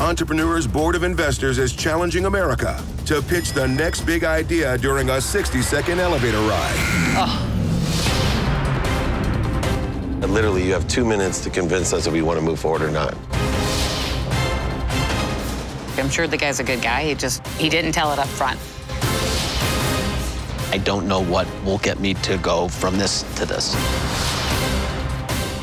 Entrepreneurs Board of Investors is challenging America to pitch the next big idea during a 60 second elevator ride. And literally, you have two minutes to convince us if we want to move forward or not. I'm sure the guy's a good guy. He just he didn't tell it up front. I don't know what will get me to go from this to this.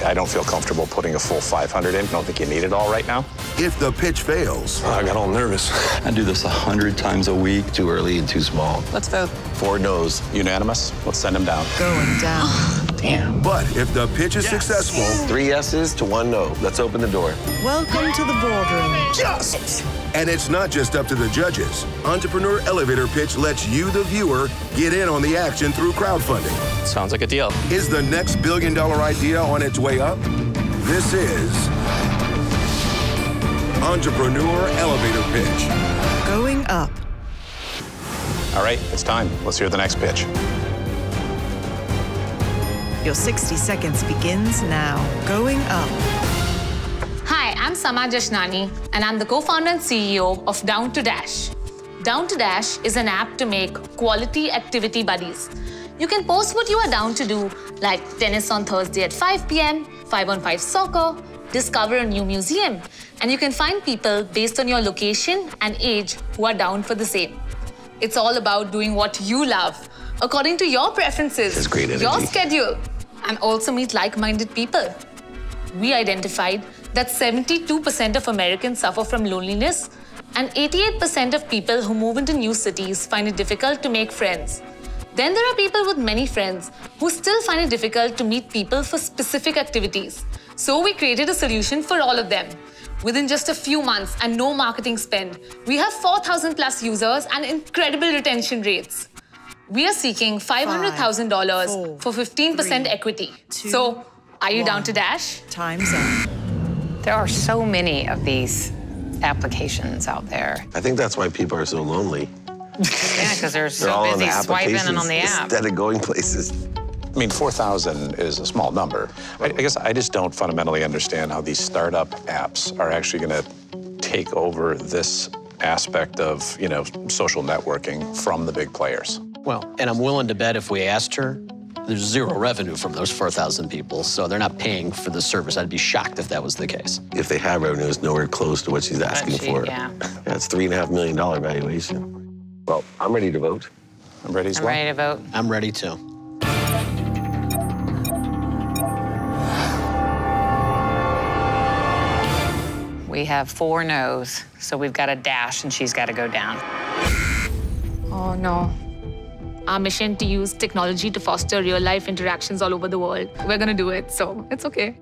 I don't feel comfortable putting a full 500 in. Don't think you need it all right now. If the pitch fails, I got all nervous. I do this a hundred times a week. too early and too small. Let's vote. Four no's. Unanimous. Let's send him down. Going down. Damn. but if the pitch is successful Three yeses to one no. Let's open the door. Welcome to the boardroom. and it's not just up to the judges, Entrepreneur Elevator Pitch lets you, the viewer, get in on the action through crowdfunding. Sounds like a deal. Is the next billion dollar idea on its way up? This is Entrepreneur Elevator Pitch. Going up. All right, it's time. Let's hear the next pitch. Your 60 seconds begins now. Going up. Hi, I'm Sama Jashnani, and I'm the co founder and CEO of Down to Dash. Down to Dash is an app to make quality activity buddies. You can post what you are down to do, like tennis on Thursday at 5 pm, 5 on 5 soccer, discover a new museum, and you can find people based on your location and age who are down for the same. It's all about doing what you love, according to your preferences, That's great your energy. schedule, and also meet like minded people we identified that 72% of Americans suffer from loneliness, and 88% of people who move into new cities find it difficult to make friends. Then there are people with many friends who still find it difficult to meet people for specific activities. So we created a solution for all of them. Within just a few months and no marketing spend, we have 4,000 plus users and incredible retention rates. We are seeking $500,000 Five, for four, 15% three, equity. two, so, are you down to one. dash? Time's up. There are so many of these applications out there. I think that's why people are so lonely. Yeah, because they're They're so all on the busy swiping and on the applications app. instead of going places. I mean, 4,000 is a small number. I, I guess I just don't fundamentally understand how these startup apps are actually going to take over this aspect of, you know, social networking from the big players. Well, and I'm willing to bet if we asked her, there's zero revenue from those 4,000 people, so they're not paying for the service. I'd be shocked if that was the case. If they have revenue, it's nowhere close to what she's asking she- for. yeah. That's three and a half million dollar valuation. Well, I'm ready to vote. I'm ready to I'm ready to vote. I'm ready to. We have four no's, so we've got a dash and she's got to go down. Oh no. Our mission to use technology to foster real life interactions all over the world. We're gonna do it, so it's okay.